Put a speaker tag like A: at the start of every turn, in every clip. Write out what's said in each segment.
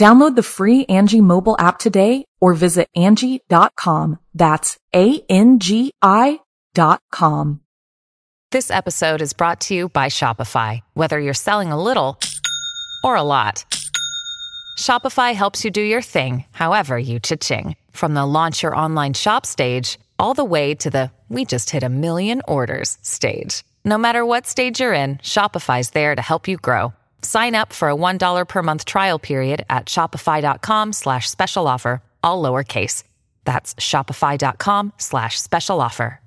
A: Download the free Angie mobile app today or visit Angie.com. That's A-N-G-I dot com.
B: This episode is brought to you by Shopify. Whether you're selling a little or a lot, Shopify helps you do your thing, however you cha-ching. From the launch your online shop stage, all the way to the we just hit a million orders stage. No matter what stage you're in, Shopify's there to help you grow. Sign up for a $1 per month trial period at shopify.com slash special offer, all lowercase. That's shopify.com slash special offer.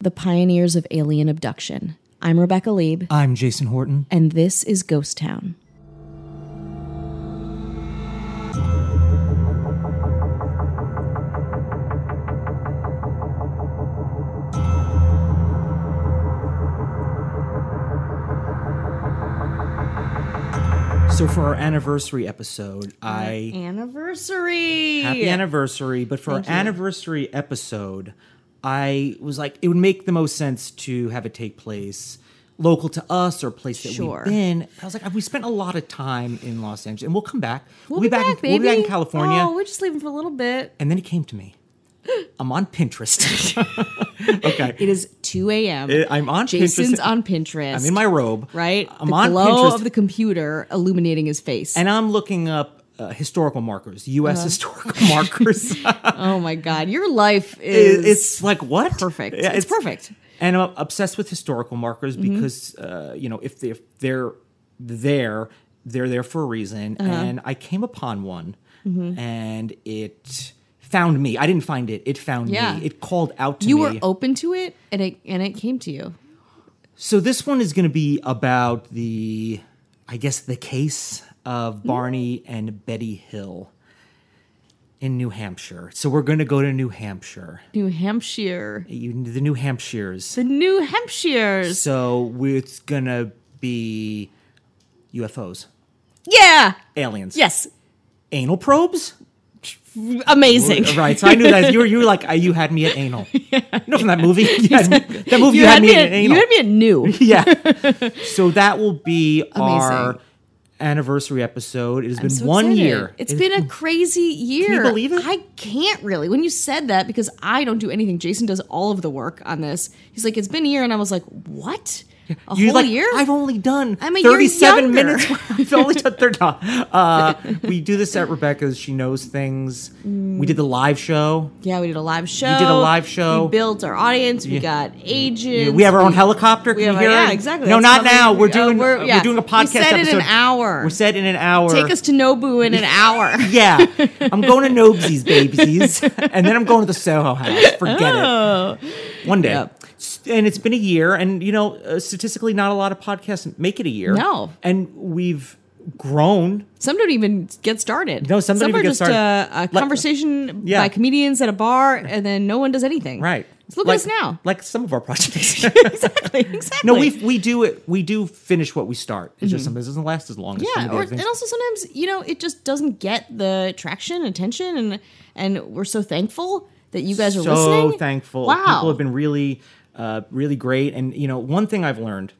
C: The Pioneers of Alien Abduction. I'm Rebecca Lieb,
D: I'm Jason Horton.
C: and this is Ghost Town.
D: So for our anniversary episode,
C: Oh,
D: I
C: Anniversary!
D: happy anniversary, but for our anniversary episode, I was like it would make the most sense to have it take place local to us or a place that
C: Sure.
D: we've been. I was like we spent a lot of time in Los Angeles and we'll come back.
C: We'll, be, back,
D: in,
C: baby.
D: we'll be back in California.
C: Oh, we're just leaving for a little bit.
D: and then it came to me. I'm on Pinterest. okay.
C: It is 2 a.m.
D: I- I'm on
C: Jason's
D: Pinterest.
C: on Pinterest.
D: I'm in my robe.
C: Right?
D: I'm
C: the
D: on
C: glow
D: Pinterest.
C: of the computer illuminating his face.
D: and I'm looking up uh, historical markers, U.S.
C: Uh-huh.
D: historical markers.
C: oh my God. Your life is
D: It- it's like what
C: perfect.
D: Yeah,
C: It's perfect. Mm-hmm.
D: And I'm obsessed with historical markers because uh, you know if, they, if they're there, they're there for a reason.
C: Uh-huh.
D: And I came upon one,
C: Mm-hmm.
D: and it found me. I didn't find it. It found
C: Yeah.
D: me. It called out to
C: you
D: me.
C: were open to it and it and it came to you.
D: So this one is going to be about the, I guess, the case of Barney and Betty Hill in New Hampshire. So we're going to go to New Hampshire,
C: New Hampshire.
D: you, the New Hampshires.
C: The New Hampshires.
D: So we- it's going to be UFOs,
C: Yeah.
D: aliens,
C: Yes.
D: anal probes.
C: Amazing.
D: Right, so I knew that you were you were like uh, you had me at anal. You know from that movie, you had me, that movie you, had, me at,
C: at,
D: anal.
C: You had me at new.
D: yeah. So that will be our
C: Amazing.
D: anniversary episode. It has been one year.
C: It's been a crazy year.
D: you believe it?
C: I can't really. When you said that, because I don't do anything. Jason does all of the work on this. He's like, it's been a year, and I was like, what? A
D: You
C: whole
D: like,
C: year?
D: I've only done
C: I'm a year
D: 37
C: younger.
D: minutes. I've only done 30. Uh, we do this at Rebecca's. She knows things.
C: Mm.
D: We did the live show.
C: yeah, we did a live show.
D: did a live show.
C: We built our audience. We got agents.
D: We have our own
C: we-
D: helicopter. Can
C: we have
D: you
C: our-
D: hear
C: yeah,
D: it?
C: exactly.
D: No,
C: That's
D: not
C: how we-
D: now. We're
C: uh,
D: doing.
C: we're-
D: we're,
C: yeah.
D: doing a
C: We
D: podcast.
C: set it in an
D: episode.
C: hour.
D: We're set in an hour.
C: Take us to Nobu in an hour.
D: Yeah, I'm going to Nobesy's babies, and then I'm going to the Soho House. Forget it. One day.
C: Oh. Yep.
D: S- And it's been a year, and you know, uh, statistically, not a lot of podcasts make it a year.
C: No.
D: and we've grown.
C: Some don't even get started.
D: No, some don't even
C: are
D: get
C: just
D: started.
C: uh, a,
D: Like-
C: conversation
D: Yeah.
C: by comedians at a bar, and then no one does anything.
D: Right.
C: So look
D: like,
C: at us now.
D: Like some of our projects.
C: exactly. Exactly.
D: no, we we do it. We do finish what we start. It's just something that doesn't last as long. as some
C: Mm-hmm. Yeah,
D: of the
C: or,
D: other
C: and
D: things.
C: also sometimes you know it just doesn't get the traction, and attention, and and we're so thankful that you guys are
D: so
C: listening.
D: thankful.
C: Wow,
D: People have been really, uh, really great. And you know, one thing I've learned,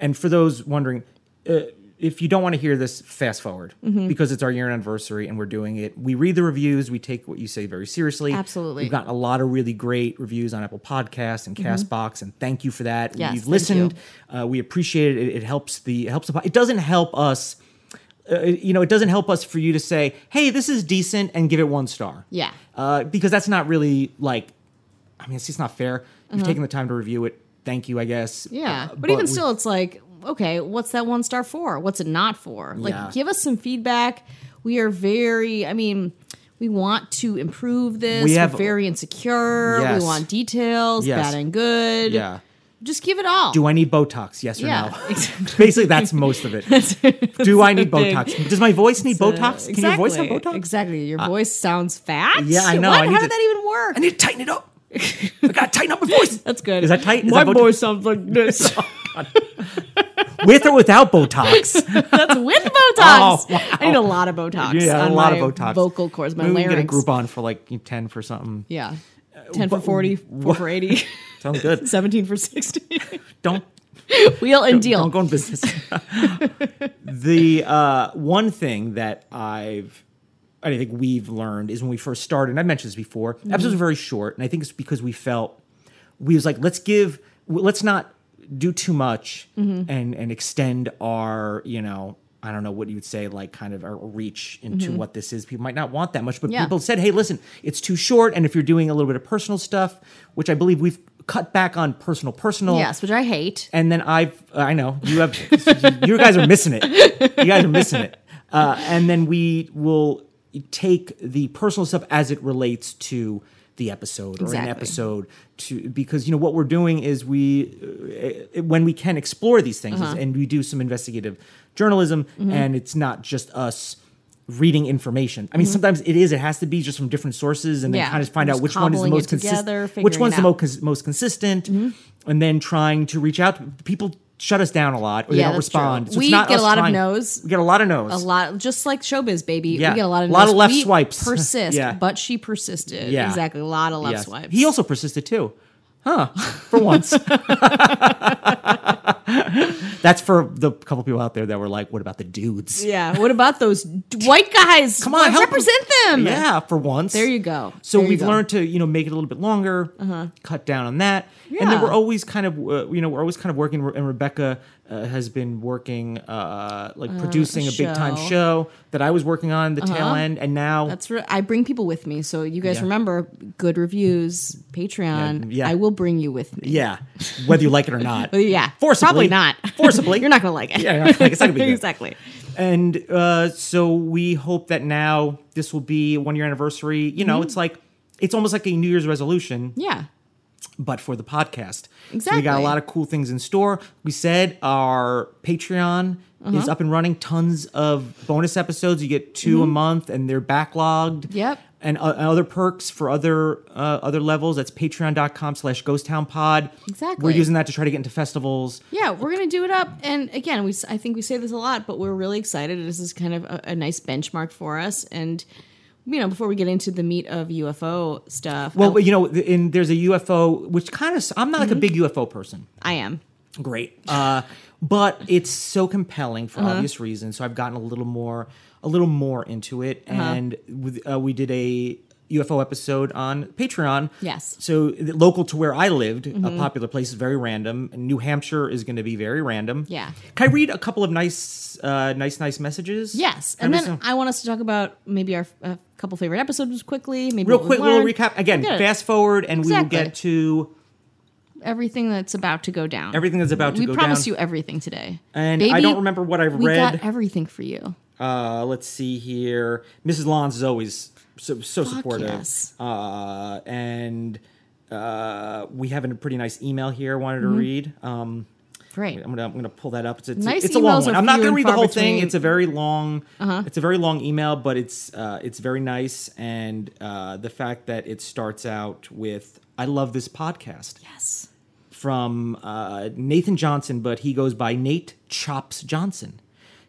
D: and for those wondering, uh, if you don't want to hear this, fast forward
C: Mm-hmm.
D: because it's our year anniversary and we're doing it. We read the reviews. We take what you say very seriously.
C: Absolutely. Mm-hmm.
D: we've gotten a lot of really great reviews on Apple Podcasts and Castbox, and thank you for that.
C: Yes,
D: you've
C: thank
D: listened. Uh, we appreciate it. it. It helps the it helps the. po- It doesn't help us. Uh, you know, it doesn't help us for you to say, "Hey, this is decent," and give it one star
C: Yeah.
D: uh, because that's not really like. I mean, it's just not fair. You've taken the time to review it. Thank you, I guess.
C: Mm-hmm. Yeah.
D: Uh,
C: but, even
D: we-
C: still, it's like, okay, what's that one star for? What's it not for? Like,
D: Yeah.
C: give us some feedback. We are very, I mean, we want to improve this.
D: We
C: We
D: have-
C: are very insecure.
D: Yes.
C: We want details,
D: Yes.
C: bad and good.
D: yeah.
C: Just give it all.
D: Do I need Botox? Yes or
C: Yeah,
D: no? Basically, that's most of it. Do I need
C: big-
D: Botox? Does my voice need Botox? Can your voice have
C: Exactly.
D: Botox? Uh,
C: Exactly. Your voice sounds fat.
D: yeah, I know.
C: What?
D: I need
C: How
D: to-
C: did that even work?
D: I need to tighten it up. I gotta tighten up my voice.
C: That's good.
D: Is that tight? Is
C: My
D: that Botox?
C: voice sounds like this.
D: With or without Botox?
C: That's with Botox.
D: Oh, wow.
C: I need a lot of Botox.
D: yeah,
C: on
D: a lot
C: my
D: of Botox.
C: Vocal cords, my
D: Maybe we can
C: larynx.
D: get a Uh, Groupon for like ten for something.
C: Yeah. 10 for 40, 4 for 80,
D: Sounds good.
C: 17 for 60.
D: Don't
C: Wheel and deal.
D: Don't go in business. the uh, one thing that I've, I think we've learned is when we first started, and I mentioned this before,
C: Mm-hmm.
D: episodes are very short, and I think it's because we felt we was like, let's give, w- let's not do too much
C: Mm-hmm.
D: and and extend our, you know. I don't know what you would say, like kind of our reach into what this is. People might not want that much, but
C: Mm-hmm. Yeah.
D: people said, hey, listen, it's too short. And if you're doing a little bit of personal stuff, which I believe we've cut back on personal, personal,
C: Yes, which I hate.
D: and then I've uh, I know you have you guys are missing it. You guys are missing it. Uh, and then we will take the personal stuff as it relates to the episode or an
C: Exactly.
D: episode to because you know what we're doing is we uh, when we can explore these things
C: Uh-huh.
D: and we do some investigative journalism
C: Mm-hmm.
D: and it's not just us reading information. I mean sometimes it is it has to be just from different sources and then
C: Mm-hmm. Yeah.
D: kind of find out
C: Just
D: which one is the
C: cobbling it
D: most
C: together,
D: consistent which
C: figuring
D: one's
C: it
D: the
C: out.
D: most cons- most consistent,
C: Mm-hmm.
D: and then trying to reach out. to People shut us down a lot, or they
C: Yeah,
D: don't
C: that's
D: respond.
C: true.
D: So it's
C: We
D: not
C: get a
D: us
C: lot of
D: trying-
C: no's.
D: We get a lot of no's.
C: A lot, just like showbiz, baby.
D: Yeah.
C: We get a lot of
D: A lot of
C: no's.
D: left
C: We
D: swipes.
C: Persist,
D: Yeah.
C: but she persisted.
D: Yeah.
C: exactly. A lot of left
D: Yes.
C: swipes.
D: He also persisted too, huh? For once. That's for the couple people out there that were like, "What about the dudes?"
C: yeah. What about those d- white guys?
D: Come on, help 'em.
C: represent them.
D: Yeah, for once.
C: There you go.
D: So
C: There you
D: we've
C: go. Uh-huh.
D: learned to you know make it a little bit longer, cut down on that, and then
C: Yeah.
D: we're always kind of uh, you know we're always kind of working. And Rebecca uh, has been working uh, like producing a big time
C: show. Uh-huh.
D: show that I was working on the tail end, and now
C: That's re- I bring people with me. So you guys
D: Yeah.
C: remember good reviews, Patreon.
D: Yeah, yeah.
C: I will bring you with me. Oh,
D: yeah, whether you like it or not,
C: Yeah.
D: forcibly
C: Probably not.
D: forcibly.
C: You're not going to like it.
D: Yeah, you're not gonna like it. It's not gonna be good.
C: exactly.
D: And uh, so we hope that now this will be one year anniversary. You
C: Mm-hmm.
D: know, it's like it's almost like a New Year's resolution.
C: Yeah.
D: but for the podcast. So we
C: Exactly.
D: got a lot of cool things in store. We said our Patreon is
C: Uh-huh.
D: up and running, tons of bonus episodes. You get 2 a month and they're backlogged.
C: Mm-hmm. Yep.
D: And uh, other perks for other uh, other levels. That's patreon.com slash ghost town pod. We're
C: Exactly.
D: using that to try to get into festivals.
C: Yeah, we're gonna do it up, and again, we s- I think we say this a lot, but we're really excited. This is kind of a, a nice benchmark for us, and you know, before we get into the meat of UFO stuff,
D: Well,
C: I-
D: but you know, th- and there's a UFO, which kind of, I'm not like a
C: Mm-hmm.
D: big UFO person.
C: I am.
D: great. Uh, but it's so compelling for
C: Uh-huh.
D: obvious reasons. So I've gotten a little more, a little more into it,
C: Uh-huh.
D: and with, uh, we did a UFO episode on Patreon.
C: Yes. Mm-hmm.
D: So th- local to where I lived, a popular place is very random. And New Hampshire is going to be very random.
C: Yeah.
D: Can I read a couple of nice, uh, nice, nice messages?
C: Yes,
D: Can
C: and
D: I read
C: then
D: some-
C: I want us to talk about maybe our a couple favorite episodes quickly. Maybe
D: real
C: what we
D: quick, little
C: learned.
D: recap. Again,
C: We'll get
D: fast forward, and we
C: Exactly.
D: will get to
C: everything that's about to go down.
D: everything that's about to
C: we
D: go
C: promise
D: down.
C: you everything today.
D: And I
C: Baby,
D: don't remember what I've
C: we
D: read.
C: got everything for you.
D: Uh, let's see here. Mrs. Lons is always so, so supportive.
C: yes.
D: Uh, and uh, we have a pretty nice email here. I wanted to
C: Mm-hmm.
D: read. Um,
C: Great.
D: I'm gonna I'm gonna pull that up. It's a, it's,
C: Nice
D: a- it's a long
C: emails
D: one.
C: are
D: I'm not
C: few
D: gonna
C: and
D: read the
C: far
D: whole thing.
C: between. Uh-huh.
D: It's a very long. It's a very long email, but it's uh, it's very nice. And uh, the fact that it starts out with "I love this podcast"
C: Yes.
D: from uh, Nathan Johnson, but he goes by Nate Chops Johnson.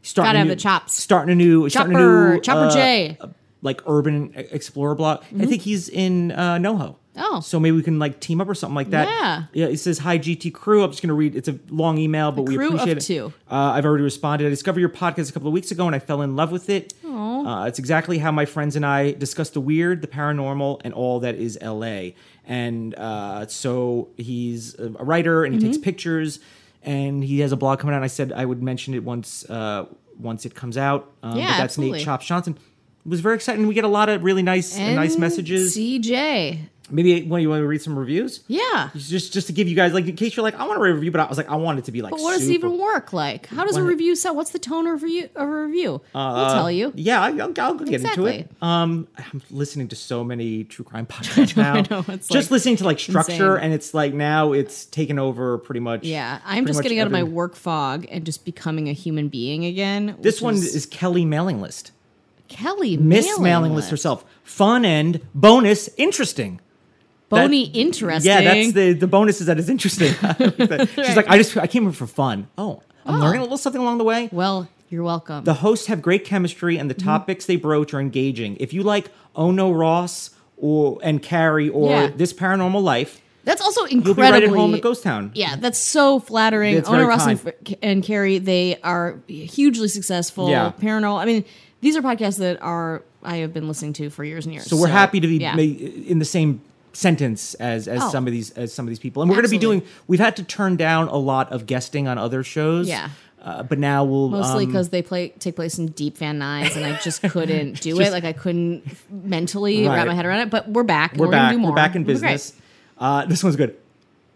D: Starting
C: Gotta
D: a
C: have
D: new-
C: the chops.
D: Starting a new starting a
C: Chopper-
D: new, uh,
C: Chopper J. Mm-hmm.
D: like urban explorer blog. I think he's in uh, NoHo.
C: Oh.
D: so maybe we can like team up or something like that.
C: Yeah.
D: yeah. It says hi GT crew. I'm just gonna read. It's a long email, but we
C: crew of
D: appreciate it.
C: two.
D: Uh, I've already responded. I discovered your podcast a couple of weeks ago, and I fell in love with it. Uh, it's exactly how my friends and I discuss the weird, the paranormal, and all that is LA. And uh, so he's a a writer, and he
C: Mm-hmm.
D: takes pictures, and he has a blog coming out. I said I would mention it once uh, once it comes out. Um,
C: Yeah,
D: but that's
C: absolutely.
D: Nate Chops Johnson. It was very exciting. We get a lot of really nice, nice messages.
C: CJ.
D: Maybe well, you want to read some reviews?
C: Yeah.
D: Just just to give you guys like in case you're like I want to read a review, but I was like I want it to be like.
C: But what does it
D: super-
C: even work like? How does a
D: What- Uh,
C: review sound? What's the tone of review? Of a review? I'll tell you.
D: Yeah, I- I'll, I'll get
C: Exactly.
D: into it. Um, I'm listening to so many true crime podcasts now.
C: I know, it's,
D: just
C: like,
D: listening to like structure,
C: insane.
D: and it's like now it's taken over pretty much.
C: Yeah, I'm
D: pretty
C: just
D: much
C: getting out of my
D: every-
C: work fog and just becoming a human being again.
D: This
C: which
D: one is Kelly Mailing List,
C: Kelly
D: Miss
C: mailing,
D: Mailing List herself. Fun end, bonus, interesting.
C: Bony interesting.
D: Yeah, that's the the bonus is that it's interesting. She's like, I just I came here for fun. Oh, I'm learning a little something along the way.
C: Well, you're welcome.
D: The hosts have great chemistry, and the
C: Mm-hmm.
D: topics they broach are engaging. If you like Oh No Ross or and Carrie or
C: Yeah.
D: This Paranormal Life,
C: that's also
D: you'll
C: incredibly.
D: be right at home at Ghost Town.
C: Yeah, that's so flattering.
D: That's
C: Ona
D: very
C: Ross and,
D: kind.
C: and Carrie, they are hugely successful.
D: Yeah.
C: Paranormal. I mean, these are podcasts that are I have been listening to for years and years.
D: So we're happy to be
C: yeah.
D: ma- in the same sentence as as
C: Oh.
D: some of these as some of these people, and we're going to be
C: Absolutely.
D: doing. We've had to turn down a lot of guesting on other shows.
C: Yeah.
D: Uh, but now we'll
C: Mostly
D: um,
C: because they play take place in deep fan nines, and I just couldn't do it. Like I couldn't mentally wrap
D: Right.
C: my head around it. But we're back. and
D: we're,
C: we're gonna
D: back.
C: do more.
D: We're back in
C: It'll be great.
D: business. Uh, this one's good.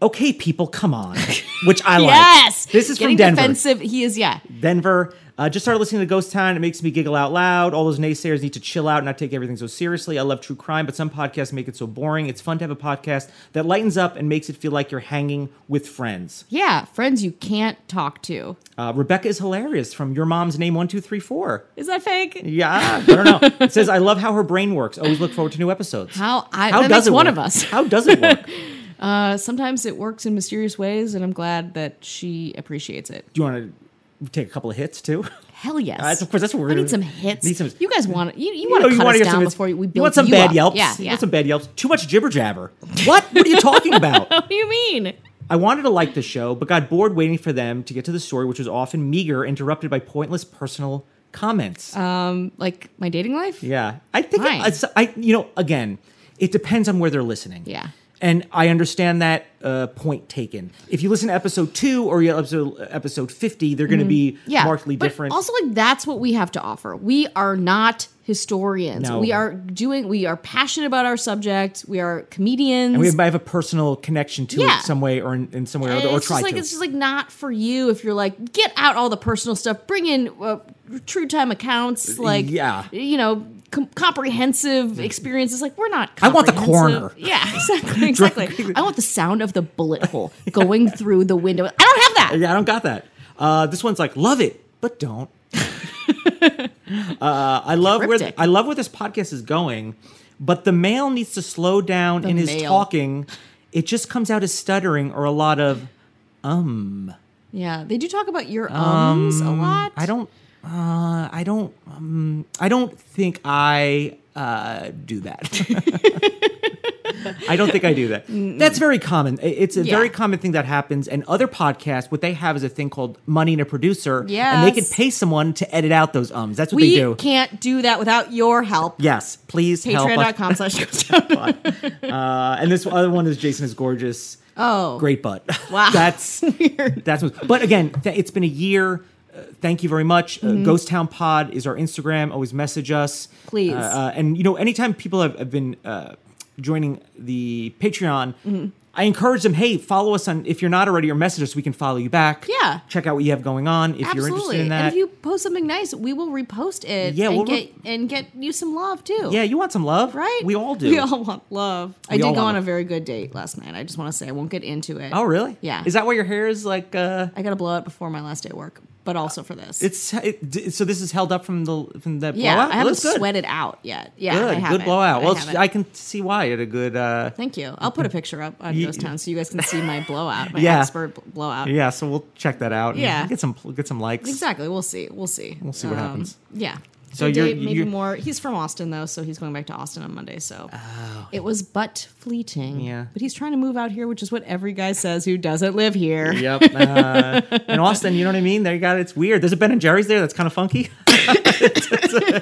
D: Okay, people, come on. Which I like.
C: Yes.
D: This is
C: Getting
D: from Denver.
C: defensive. He is. Yeah.
D: Denver. Uh, just started listening to Ghost Town. It makes me giggle out loud. All those naysayers need to chill out and not take everything so seriously. I love true crime, but some podcasts make it so boring. It's fun to have a podcast that lightens up and makes it feel like you're hanging with friends.
C: Yeah. Friends you can't talk to.
D: Uh, Rebecca is hilarious from Your Mom's Name 1234.
C: Is that fake?
D: Yeah, I don't know. It says, I love how her brain works. Always look forward to new episodes.
C: How I that makes one
D: work?
C: of us.
D: How does it work? Do
C: Uh, sometimes it works in mysterious ways, and I'm glad that she appreciates it.
D: you want to take a couple of hits too?
C: Hell yes.
D: That's- Uh, of course, that's what we're
C: I need
D: gonna-
C: some hits.
D: need some-
C: you guys want you, you,
D: You
C: want
D: know,
C: to
D: you
C: cut
D: wanna
C: us
D: get some
C: down
D: of its-
C: before we build
D: you want some
C: you
D: bad
C: up.
D: yelps.
C: Yeah,
D: You
C: yeah.
D: want some bad yelps. Too much jibber jabber. What? What are you talking about?
C: what do you mean?
D: I wanted to like the show, but got bored waiting for them to get to the story, which was often meager, interrupted by pointless personal comments.
C: Um, like my dating life?
D: yeah, I think
C: fine.
D: it's- I, you know, again, it depends on where they're listening.
C: Yeah.
D: and I understand that uh, point taken. If you listen to episode two or you episode episode fifty, they're going to be
C: Mm-hmm. Yeah,
D: markedly
C: but
D: different.
C: Also, like that's what we have to offer. We are not historians.
D: No.
C: We are doing. We are passionate about our subject. We are comedians.
D: and we might have a personal connection to
C: Yeah.
D: it some way or in, in some way or
C: And
D: other, or
C: it's
D: try
C: just like
D: to.
C: it's just like not for you if you're like get out all the personal stuff bring in uh, true time accounts like
D: Uh, yeah.
C: you know com- comprehensive experiences like we're not
D: I want the
C: comprehensive.
D: coroner.
C: yeah exactly exactly i want the sound of the bullet hole going through the window i don't have that
D: Yeah, I don't got that. Uh, this one's like, love it, but don't. uh, I love where
C: Cryptic.
D: I love where this podcast is going, but the male needs to slow down in his
C: male.
D: talking. It just comes out as stuttering or a lot of
C: yeah they do talk about your ums a lot
D: Um, I don't uh, I don't um, I don't think I uh, do that. I don't think I do that. That's very common. I- It's a very
C: Yeah.
D: common thing that happens. And other podcasts, what they have is a thing called money and a producer, and they can
C: Yes.
D: pay someone to edit out those ums. That's what
C: we
D: they do.
C: can't do that without your help
D: Yes, please help us.
C: patreon.com slash ghost town.
D: Uh, and this other one is Jason is gorgeous.
C: Oh.
D: great butt.
C: Wow.
D: that's That's what, but again, th- it's been a year. Uh, thank you very much. Uh,
C: Mm-hmm.
D: Ghost Town Pod is our Instagram. Always message us,
C: Please.
D: Uh, uh, and you know, anytime people have, have been uh, joining the Patreon.
C: Mm-hmm.
D: I encourage them, hey, follow us on if you're not already or message us, we can follow you back.
C: Yeah.
D: Check out what you have going on if you're interested
C: Absolutely.
D: in that.
C: And if you post something nice, we will repost it
D: Yeah,
C: and
D: we'll
C: get
D: re-
C: and get you some love too.
D: yeah, you want some love.
C: Right?
D: We all do.
C: We all want love. I
D: We all
C: did go on
D: want
C: a
D: it.
C: very good date last night. I just want to say I won't get into it.
D: oh really?
C: Yeah.
D: Is that why your hair is like uh
C: I got to blow it before my last day at work, but also for this.
D: It's it, d- so this is held up from the from that
C: yeah,
D: blowout.
C: I haven't
D: Looks good.
C: sweated out yet. Yeah, I
D: Good,
C: haven't.
D: good blowout.
C: I
D: well, it's-
C: haven't.
D: I, can see why it a good. uh
C: Thank you. I'll put a picture up on
D: Ye-
C: Ghost Town so you guys can see my blowout, my
D: Yeah.
C: expert bl- blowout.
D: Yeah, so we'll check that out. and
C: Yeah.
D: get some get some likes.
C: Exactly. We'll see. We'll see. We'll
D: see what happens.
C: Yeah.
D: So
C: So
D: you're-
C: Dave, maybe
D: you're-
C: more. He's from Austin though, so he's going back to Austin on Monday. So it was but fleeting.
D: Oh. Yeah.
C: But he's trying to move out here, which is what every guy says who doesn't live here.
D: Yep. Uh, in Austin, you know what I mean? There you got it. It's weird. There's a Ben and Jerry's there. That's kind of funky.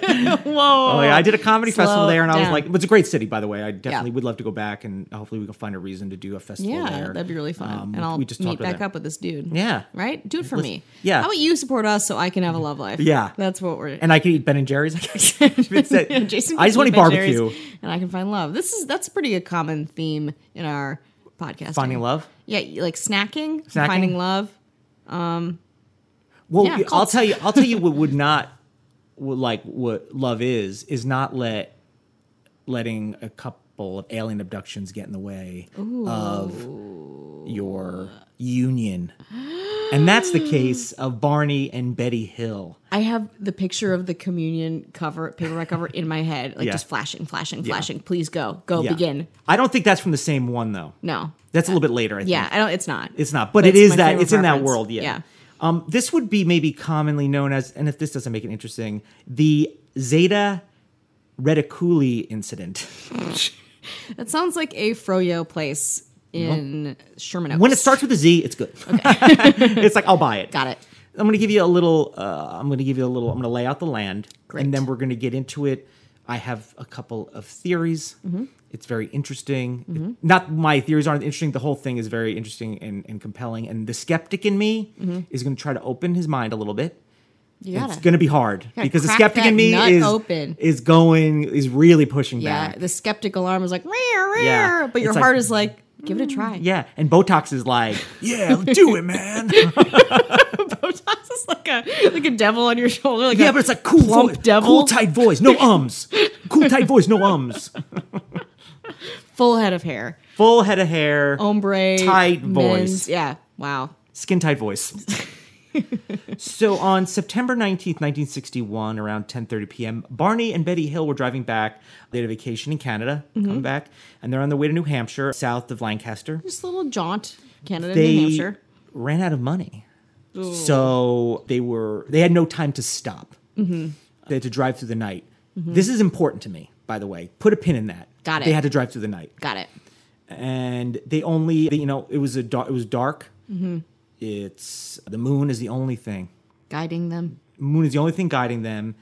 C: Oh, Whoa.
D: Oh, yeah, I did a comedy
C: Slow
D: festival there, and I was
C: down.
D: like, it's a great city, by the way. I definitely would love to go back, and hopefully we can find a reason to do a festival
C: Yeah,
D: there.
C: that'd be really fun.
D: Um,
C: and I'll
D: we just
C: meet
D: talked about
C: back
D: that.
C: up with this dude.
D: Yeah.
C: Right? Do it for me.
D: yeah.
C: How about you support us so I can have a love life?
D: Yeah.
C: That's what we're.
D: And I could eat Ben and and Jerry's. It's that-
C: You know, Jason
D: I
C: can
D: just want to
C: eat
D: eat
C: Ben Jerry's,
D: barbecue.
C: and I can find love. This is that's pretty a common theme in our podcast.
D: Finding love.
C: yeah, you- like snacking,
D: Snacking.
C: finding love.
D: Well,
C: Yeah,
D: I'll
C: cults.
D: tell you. I'll tell you what would not what, like what love is is not let letting a couple of alien abductions get in the way of your union, and that's the case of Barney and Betty Hill.
C: I have the picture of the communion cover, paperback cover, in my head, like
D: Yeah.
C: just flashing, flashing, flashing. Please go, go
D: Yeah.
C: begin.
D: I don't think that's from the same one though.
C: No,
D: That's a little bit later. I think.
C: yeah, I don't. It's not.
D: It's not, but
C: That's
D: it is
C: my
D: that
C: frame of
D: it's in that
C: reference.
D: world. Yeah.
C: Yeah.
D: Um, this would be maybe commonly known as, and if this doesn't make it interesting, the Zeta Reticuli incident.
C: that sounds like a froyo place in Sherman Oaks.
D: When it starts with a Z, it's good. it's like I'll buy it.
C: got it.
D: I'm going to give you a little. Uh, I'm going to give you a little. I'm going to lay out the land,
C: Great.
D: and then we're going to get into it. I have a couple of theories.
C: Mm-hmm.
D: It's very interesting. It- not my theories aren't interesting. The whole thing is very interesting and, and compelling. And the skeptic in me
C: Mm-hmm.
D: is going to try to open his mind a little bit.
C: You got
D: it's
C: it.
D: going to be hard
C: gotta
D: because the
C: crack
D: skeptic
C: that
D: in me
C: nut
D: is
C: open.
D: is going is really pushing
C: yeah,
D: back.
C: the skeptic alarm is like, rare,
D: Yeah.
C: rare, but your
D: It's like- Mm.
C: heart is like, give it a try.
D: Yeah, and Botox is like, yeah, do it, man.
C: Botox is like a like a devil on your shoulder. Like
D: Yeah,
C: a
D: but it's a cool,
C: plump
D: vo-
C: devil,
D: cool tight voice, no ums. cool tight voice, no ums.
C: full head of hair,
D: Full head of hair,
C: ombre,
D: Tight
C: men's-
D: voice.
C: Yeah, wow.
D: skin tight voice. so on September 19th, 1961, around 10:30 p.m., Barney and Betty Hill were driving back. They had a vacation in Canada,
C: Mm-hmm.
D: coming back, and they're on their way to New Hampshire, south of Lancaster.
C: Just a little jaunt, Canada,
D: they
C: New Hampshire.
D: ran out of money, so they were they had no time to stop.
C: Mm-hmm.
D: They had to drive through the night. Mm-hmm. This is important to me, by the way. Put a pin in that.
C: Got it.
D: They had to drive through the night,
C: Got it.
D: and they only they, you know it was a dar- it was dark.
C: Mm-hmm.
D: It's the moon is the only thing.
C: Guiding them.
D: Moon is the only thing guiding them.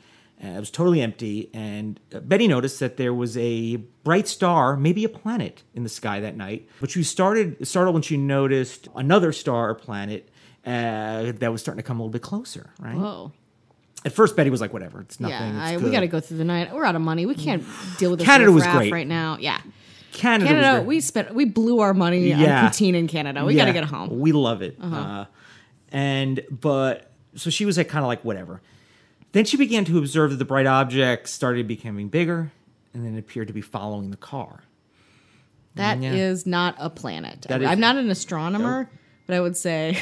D: Uh, it was totally empty, and uh, Betty noticed that there was a bright star, maybe a planet, in the sky that night. But she started startled when she noticed another star or planet uh, that was starting to come a little bit closer. Right
C: Whoa.
D: at first, Betty was like, "Whatever, it's nothing."
C: Yeah,
D: it's
C: I,
D: good.
C: we got to go through the night. We're out of money. We can't deal with this
D: Canada was
C: riffraff
D: great.
C: right now. Yeah,
D: Canada. was
C: Canada.
D: very-
C: We spent. We blew our money
D: Yeah.
C: on poutine in Canada. We got to
D: Yeah,
C: get home. Uh-huh.
D: We love it. Uh, and but so she was like kind of like whatever. Then she began to observe that the bright object started becoming bigger, and then appeared to be following the car.
C: That is
D: Yeah.
C: not a planet.
D: That is-
C: I'm not an astronomer, but I would say,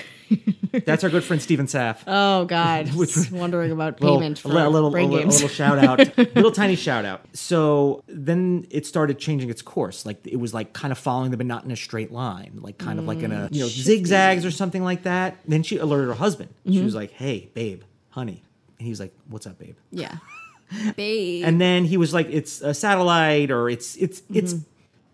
D: That's our good friend Stephen Saff.
C: oh god, just wondering about payment
D: a li-
C: for
D: a little, a
C: brain
D: little,
C: games.
D: a little shout out, little tiny shout out. So then it started changing its course. Like it was like kind of following them, but not in a straight line, like kind of like in
C: Mm,
D: a you know zigzags or something like that. Then she alerted her husband.
C: Mm-hmm.
D: She was like, "Hey, babe, honey," and he was like, "What's up, babe?"
C: yeah, babe.
D: And then he was like, "It's a satellite, or it's it's it's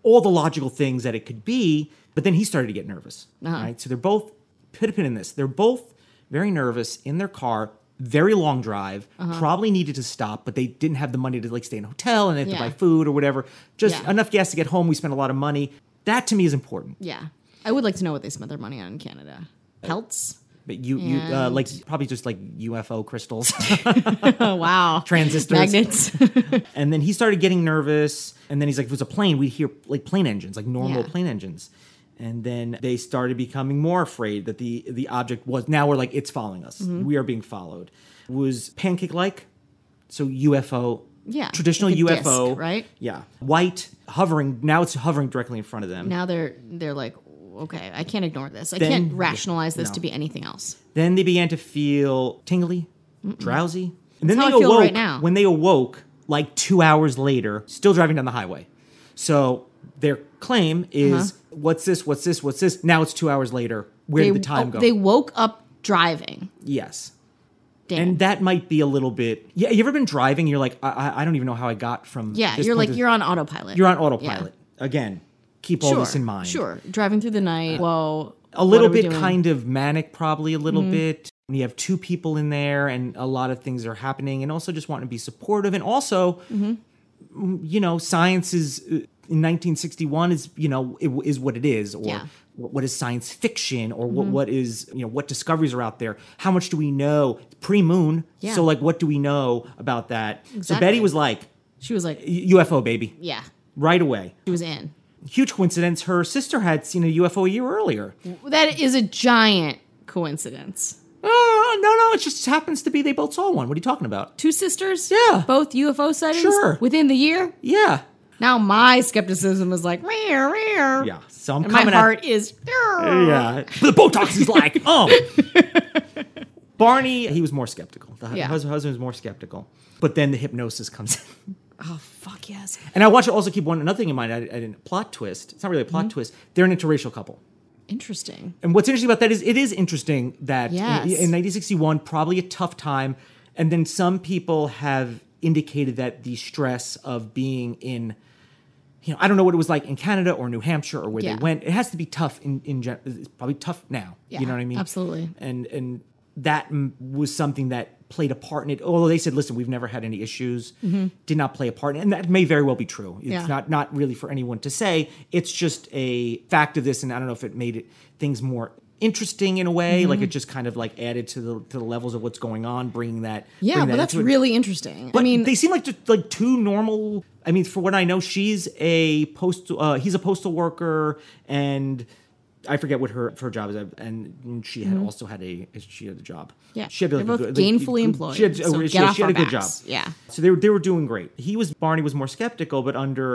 D: all the logical things that it could be." But then he started to get nervous,
C: Uh-huh.
D: right? So they're both put a pin in this. They're both very nervous in their car, very long drive,
C: Uh-huh.
D: probably needed to stop, but they didn't have the money to like stay in a hotel and they had
C: Yeah.
D: to buy food or whatever. Just
C: Yeah.
D: enough gas to get home. We spent a lot of money. That to me is important.
C: yeah, I would like to know what they spent their money on in Canada. Pelts.
D: But you, you uh, like probably just like UFO crystals.
C: Oh wow,
D: Transistors.
C: magnets.
D: And then he started getting nervous. And then he's like, if it was a plane, we'd hear like plane engines, like normal
C: Yeah.
D: plane engines. And then they started becoming more afraid that the the object was now we're like, it's following us.
C: Mm-hmm.
D: We are being followed. It was pancake like. So UFO.
C: Yeah,
D: Traditional
C: like a disc,
D: UFO.
C: right?
D: Yeah. White, hovering. Now it's hovering directly in front of them.
C: now they're they're like, okay, I can't ignore this. I
D: Then-
C: can't rationalize this
D: no.
C: to be anything else.
D: Then they began to feel tingly, drowsy. And then
C: That's
D: they
C: how I feel
D: awoke.
C: right now.
D: When they awoke, like two hours later, still driving down the highway. So their claim is, "What's this? What's this? What's this?" Now it's two hours later. Where
C: Uh-huh. They,
D: did the time
C: oh,
D: go?
C: they woke up driving.
D: yes,
C: Damn.
D: and that might be a little bit. Yeah, you ever been driving? You're like, I, I, I don't even know how I got from.
C: yeah,
D: this
C: you're like
D: point to-
C: you're on autopilot.
D: you're on autopilot again. Keep all
C: sure,
D: this in mind.
C: Sure, driving through the night. Whoa,
D: a little bit kind of manic probably a
C: Mm-hmm.
D: little bit and you have two people in there and a lot of things are happening and also just wanting to be supportive and also
C: Mm-hmm.
D: mm, you know science is uh, in 1961 is you know it w- is what it is or
C: Yeah. Mm-hmm.
D: what what is science fiction or what, what is you know what discoveries are out there how much do we know pre-moon
C: Yeah.
D: so like what do we know about that so
C: Exactly.
D: betty was like
C: She was like,
D: ufo baby
C: yeah,
D: right away
C: she was in.
D: huge coincidence her sister had seen a ufo a year earlier
C: That is a giant coincidence.
D: oh no no it just happens to be they both saw one what are you talking about
C: Two sisters?
D: Yeah.
C: Both UFO sightings
D: Sure.
C: within the year?
D: yeah
C: Now my skepticism is like, rare, rare.
D: yeah so i'm
C: And my
D: coming at-
C: heart is,
D: Yeah. The Botox is like, um. Barney, he was more skeptical. The hu-
C: Yeah.
D: hus- husband was more skeptical. But then the hypnosis comes in.
C: oh, fuck yes.
D: And I want you to also keep one another thing in mind. I, I didn't plot twist. It's not really a plot
C: Mm-hmm.
D: twist. They're an interracial couple.
C: Interesting.
D: And what's interesting about that is it is interesting that in-
C: Yes.
D: in, 1961, probably a tough time. And then some people have indicated that the stress of being in, you know, I don't know what it was like in Canada or New Hampshire or where
C: Yeah.
D: they went. It has to be tough in, in gen- it's probably tough now.
C: Yeah,
D: you know what I mean?
C: absolutely.
D: And, and that m- was something that played a part in it. Although they said, listen, we've never had any issues, did not play a part. in it. And that may very well be true. It's
C: Mm-hmm. Yeah.
D: not not really for anyone to say. It's just a fact of this, and I don't know if it made it, things more interesting in a way.
C: Mm-hmm.
D: Like it just kind of like added to the to the levels of what's going on, bringing that.
C: Yeah,
D: bringing
C: but
D: that
C: that's
D: into it.
C: really interesting.
D: But
C: I mean,
D: they seem like just like two normal. I mean, for what I know, she's a postal. Uh, he's a postal worker, and I forget what her her job is. uh, And she had also had a she had a job.
C: Mm-hmm. yeah,
D: she had
C: they're
D: like,
C: both
D: a good- like,
C: gainfully employed.
D: She had,
C: so
D: she,
C: get off
D: she had
C: our
D: a good
C: backs.
D: job.
C: Yeah.
D: So they were they were doing great. He was Barney was more skeptical, but under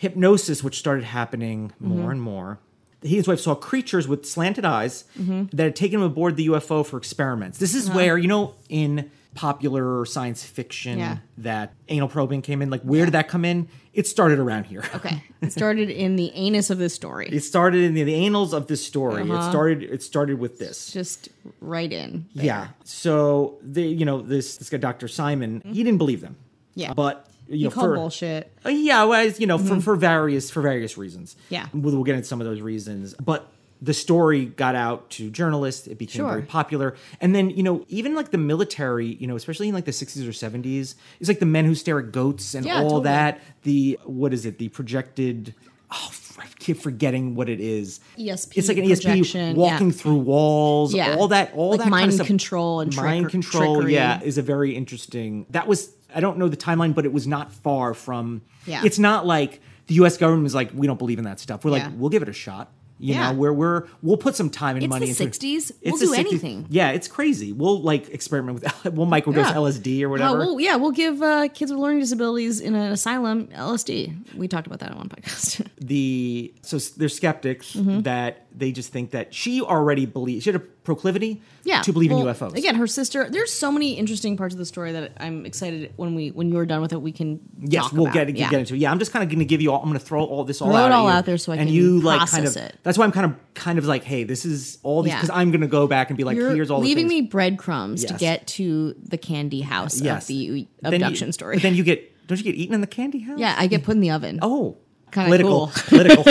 D: hypnosis, which started happening
C: Mm-hmm.
D: more and more, he and his wife saw creatures with slanted eyes
C: Mm-hmm.
D: that had taken him aboard the UFO for experiments. This
C: Uh-huh.
D: is where you know in popular science fiction
C: Yeah.
D: that anal probing came in. Like where did that come in? It started around here.
C: Okay. It started in the anus of this story.
D: It started in the, the annals of this story. It started. It started with this.
C: Uh-huh. Just right in.
D: Yeah. So the you know this this guy Dr. Simon he didn't believe them.
C: Mm-hmm. Yeah.
D: But you
C: You
D: know
C: call
D: for
C: bullshit.
D: Uh, yeah, well, it's, you know for for various for various reasons.
C: Mm-hmm. Yeah.
D: We'll, we'll get into some of those reasons, but the story got out to journalists. It became very
C: Sure.
D: popular, and then you know even like the military, you know especially in like the sixties or seventies, it's like the men who stare at goats and
C: Yeah,
D: all
C: totally.
D: that. The what is it? The projected. Oh, I keep forgetting what it is.
C: ESP
D: It's like an
C: E projection,
D: ESP walking
C: yeah.
D: through walls.
C: Yeah.
D: All that. All
C: Like
D: that kind
C: mind
D: of stuff.
C: control and
D: mind
C: trick-
D: control.
C: trickery.
D: Yeah, is a very interesting. That was I don't know the timeline, but it was not far from.
C: Yeah.
D: It's not like the U.S. government is like we don't believe in that stuff. We're
C: Yeah.
D: like we'll give it a shot. You
C: Yeah.
D: know, where we're we'll put some time and
B: It's
D: money
B: the
D: into it.
B: 60s. We'll
D: the
B: do anything.
D: Yeah, it's crazy. We'll like experiment with we'll microdose
C: Yeah.
D: LSD or
C: Oh,
D: whatever.
C: well, yeah, we'll give uh, kids with learning disabilities in an asylum LSD. We talked about that on one podcast.
D: the so s- they're skeptics
C: Mm-hmm.
D: that they just think that she already believes she had a proclivity
C: yeah,
D: to believe
C: well,
D: in UFOs.
C: Again, her sister. There's so many interesting parts of the story that I'm excited when we when you're done with it, we can.
D: Yes,
C: talk
D: we'll
C: about.
D: get it-
C: Yeah.
D: get into it. Yeah, I'm just kind of going to give you all. I'm going to throw all this all
C: Throw
D: out.
C: it
D: at
C: all
D: you.
C: out there so I
D: and
C: can
D: you like kind
C: process
D: of.
C: it.
D: That's why I'm kind of kind of like, hey, this is all these
C: Yeah.
D: because I'm going to go back and be like,
C: You're
D: here's all the
C: leaving
D: things.
C: me breadcrumbs to
D: Yes.
C: get to the candy house
D: yes
C: of the
D: Then you-
C: abduction story.
D: But then you get don't you get eaten in the candy house?
C: yeah, I get put in the oven.
D: Oh,
C: Kinda
D: political,
C: cool.
D: political.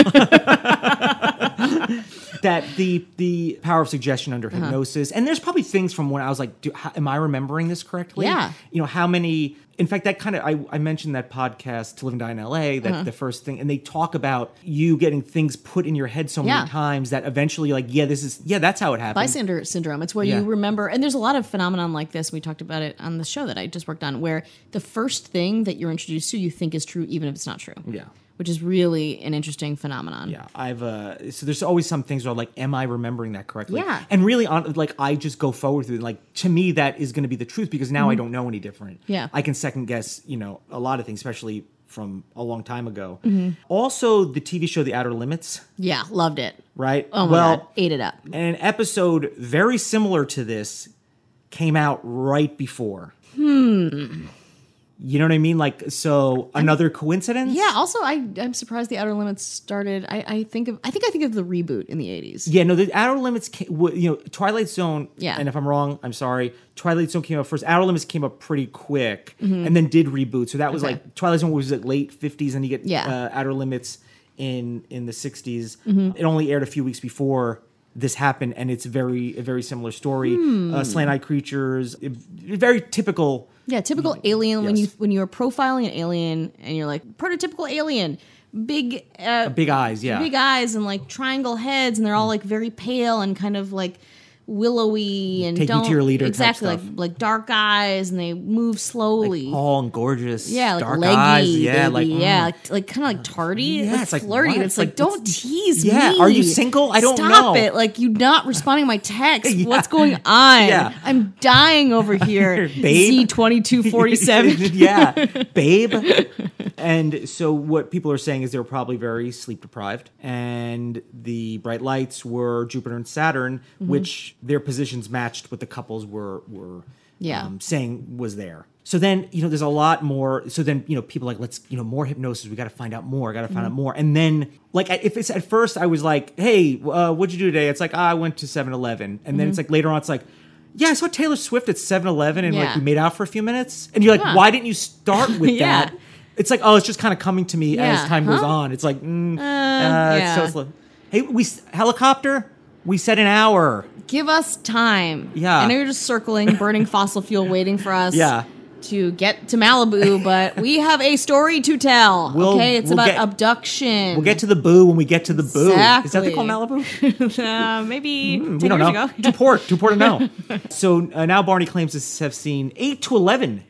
D: that the the power of suggestion under
C: Uh-huh.
D: hypnosis, and there's probably things from when I was like, do, how, am I remembering this correctly?
C: Yeah.
D: You know how many? In fact, that kind of I, I mentioned that podcast to live and die in L.A. That
C: Uh-huh.
D: the first thing, and they talk about you getting things put in your head so
C: Yeah.
D: many times that eventually, like, yeah, this is yeah, that's how it happened.
C: bystander syndrome. It's where
D: Yeah.
C: you remember, and there's a lot of phenomenon like this. We talked about it on the show that I just worked on, where the first thing that you're introduced to, you think is true, even if it's not true.
D: Yeah.
C: which is really an interesting phenomenon.
D: Yeah, I've uh so there's always some things where I'm like, am I remembering that correctly?
C: Yeah.
D: and really on like I just go forward through it. Like to me, that is going to be the truth because now I don't know any different.
C: Mm-hmm. Yeah.
D: I can second guess you know a lot of things, especially from a long time ago.
C: Mm-hmm.
D: Also, the TV show The Outer Limits,
C: Yeah, loved it.
D: right?
C: Oh my
D: well,
C: god, ate it up.
D: an episode very similar to this came out right before. Hmm. You know what I mean? Like, so another coincidence?
C: Yeah. Also, I I'm surprised the Outer Limits started. I, I think of I think I think of the reboot in the '80s.
D: Yeah, no, the Outer Limits, ca- w- you know, Twilight Zone.
C: Yeah.
D: And if I'm wrong, I'm sorry. Twilight Zone came up first. Outer Limits came up pretty quick, and then did reboot. So that was
C: Mm-hmm. Okay.
D: like Twilight Zone was like late 50s, and you get
C: Yeah.
D: uh, Outer Limits in in the 60s.
C: Mm-hmm.
D: It only aired a few weeks before this happened, and it's very a very similar story.
C: Hmm.
D: Uh, Slant-eyed creatures, it- very typical.
C: Yeah, typical alien. When you
D: Yes.
C: when you are profiling an alien and you're like prototypical alien, big uh,
D: Big eyes, yeah.
C: big eyes and like triangle heads, and they're all like very pale and kind of like willowy and
D: Take Me to
C: don't
D: Your Leader type
C: exactly
D: stuff.
C: like like dark eyes, and they move slowly.
D: tall and gorgeous.
C: yeah, like
D: dark
C: leggy,
D: eyes. Yeah, like
C: baby.
D: mm.
C: yeah, like, like kind of like tardy,
D: Yeah,
C: like
D: it's like,
C: flirty.
D: what?
C: It's like,
D: Like,
C: don't tease
D: Yeah,
C: me.
D: are you single? I don't
C: Stop
D: know.
C: it. Like you're not responding to my text.
D: Yeah.
C: What's going on?
D: Yeah.
C: I'm dying over here.
D: Babe.
C: Z twenty two forty seven.
D: yeah, babe. And so what people are saying is they were probably very sleep deprived, and the bright lights were Jupiter and Saturn,
C: Mm-hmm.
D: which their positions matched what the couples were were um,
C: Yeah.
D: saying was there. So then you know there's a lot more. So then you know people are like let's you know more hypnosis. We got to find out more. Got to
C: Mm-hmm.
D: find out more. And then like at- if it's at first I was like hey uh, what'd you do today? It's like ah, I went to 7-Eleven. And then
C: Mm-hmm.
D: it's like later on it's like. Yeah, I saw Taylor Swift at 7-Eleven and
C: Yeah.
D: like we made out for a few minutes. And you're like,
C: Huh.
D: why didn't you start with
C: Yeah.
D: that? It's like, oh, it's just kind of coming to me
C: Yeah,
D: as time goes
C: huh?
D: on. It's like, mm, uh,
C: yeah.
D: it's so slow. Hey, we s- helicopter. We said an hour.
C: Give us time.
D: Yeah.
C: I know you're just circling, burning fossil fuel, waiting for us.
D: Yeah.
C: To get to Malibu, but we have a story to tell.
D: We'll-
C: okay, it's
D: we'll
C: about
D: get-
C: abduction.
D: We'll get to the boo when we get to the boo. Is that
C: Exactly.
D: they call Malibu?
C: uh, maybe
D: Mm, Hmm, we
C: 10
D: don't
C: years
D: know.
C: ago.
D: Too poor. Too poor to know. so uh, now Barney claims to have seen eight to eleven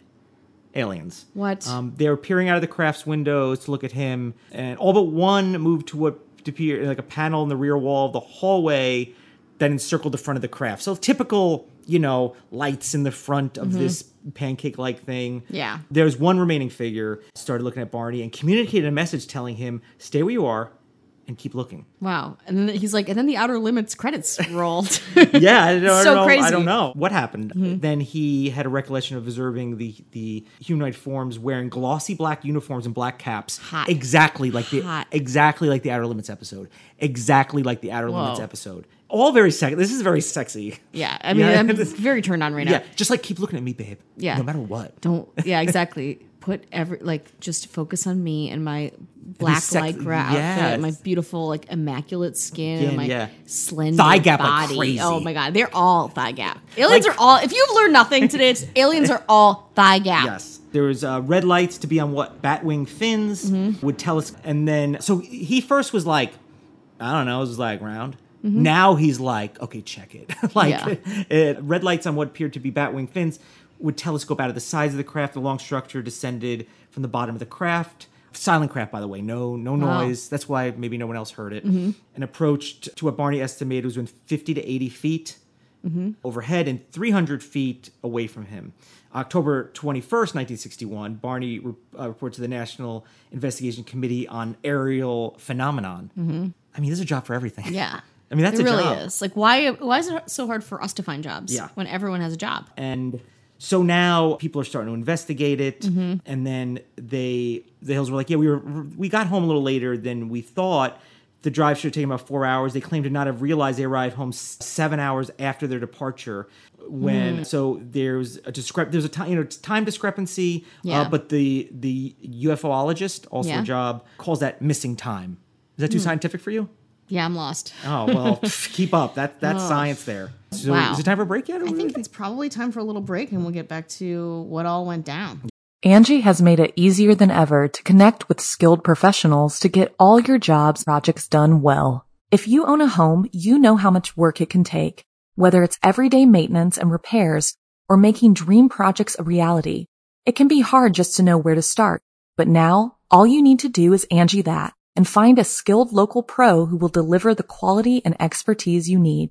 D: aliens.
C: What?
D: Um, they're peering out of the craft's windows to look at him, and all but one moved to what appeared like a panel in the rear wall of the hallway that encircled the front of the craft. So typical, you know, lights in the front of this pancake-like thing.
C: Mm-hmm. Yeah.
D: There's one remaining figure started looking at Barney and communicated a message telling him, "Stay where you are." And keep looking.
C: Wow. And then he's like, and then the Outer Limits credits rolled.
D: yeah, I don't, I
C: So
D: don't know,
C: crazy. Mm-hmm.
D: I don't know what happened. Then he had a recollection of observing the the humanoid forms wearing glossy black uniforms and black caps,
C: Hot.
D: exactly like the
C: Hot.
D: exactly like the Outer Limits episode, exactly like the Outer Limits
C: Whoa.
D: episode. All very sexy. This is very sexy.
C: yeah. I mean,
D: Yeah.
C: I'm very turned on right now.
D: Yeah, just like keep looking at me, babe.
C: Yeah.
D: no matter what.
C: Don't. Yeah, exactly. Put every like just focus on me and my black
D: sex-
C: lycra outfit,
D: yes.
C: my beautiful like immaculate skin, and
D: Skin,
C: my
D: yeah.
C: slender
D: Thigh gap like
C: body.
D: crazy.
C: Oh my god, they're all thigh gap. Aliens
D: Like-
C: are all. If you've learned nothing today, it's aliens are all thigh gap.
D: Yes. There was uh, red lights to be on what Batwing fins would tell us. And then, so he first was like, I don't know, it was like round. Now he's like, okay, check it. like, uh, red lights on what appeared to be Batwing fins would telescope out of the sides of the craft. The long structure descended from the bottom of the craft. Silent craft, by the way, no, no
C: Wow.
D: noise. That's why maybe no one else heard it. And approached to what Barney estimated was within fifty to eighty feet overhead and 300 feet away from him. October 21st, 1961, Barney re- uh, reports to the National Investigation Committee on Aerial Phenomenon. I mean, there's a job for everything.
C: Mm-hmm. Yeah.
D: I mean, that's
C: it
D: a
C: really
D: job.
C: is. Like, why? Why is it so hard for us to find jobs?
D: Yeah.
C: When everyone has a job.
D: and so now people are starting to investigate it
C: Mm-hmm.
D: and then they the hills were like yeah we were we got home a little later than we thought the drive should have taken about four hours they claim to not have realized they arrived home s- seven hours after their departure when
C: Mm.
D: so there's a discrep there's a time you know time discrepancy
C: Yeah.
D: uh, but the the ufologist also
C: Yeah. Mm.
D: a job calls that missing time is that too scientific for you
C: Yeah, I'm lost.
D: oh well keep up that that's science there so
C: Wow.
D: is it time for a break yet
C: I think it's probably time for a little break and we'll get back to what all went down.
A: Angie has made it easier than ever to connect with skilled professionals to get all your jobs projects done well. If you own a home, you know how much work it can take, whether it's everyday maintenance and repairs or making dream projects a reality. It can be hard just to know where to start, but now all you need to do is Angie that and find a skilled local pro who will deliver the quality and expertise you need.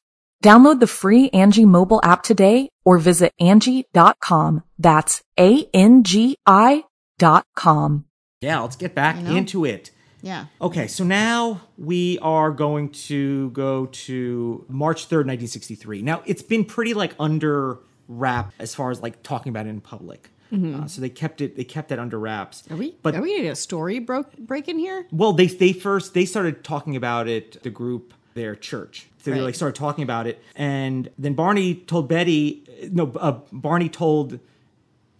A: Download the free Angie mobile app today or visit Angie.com. That's A-N-G-I dot com.
D: Yeah, let's get back
C: You know?
D: into it.
C: Yeah.
D: Okay, so now we are going to go to March 3rd, 1963. Now, it's been pretty like under wrap as far as like talking about it in public. Uh, so they kept it. They kept that under wraps.
C: Mm-hmm. Are we?
D: But
C: are we gonna get a story broke break in here?
D: well, they they first they started talking about it. The group, their church, they
C: Right.
D: like started talking about it, and then Barney told Betty. No, uh, Barney told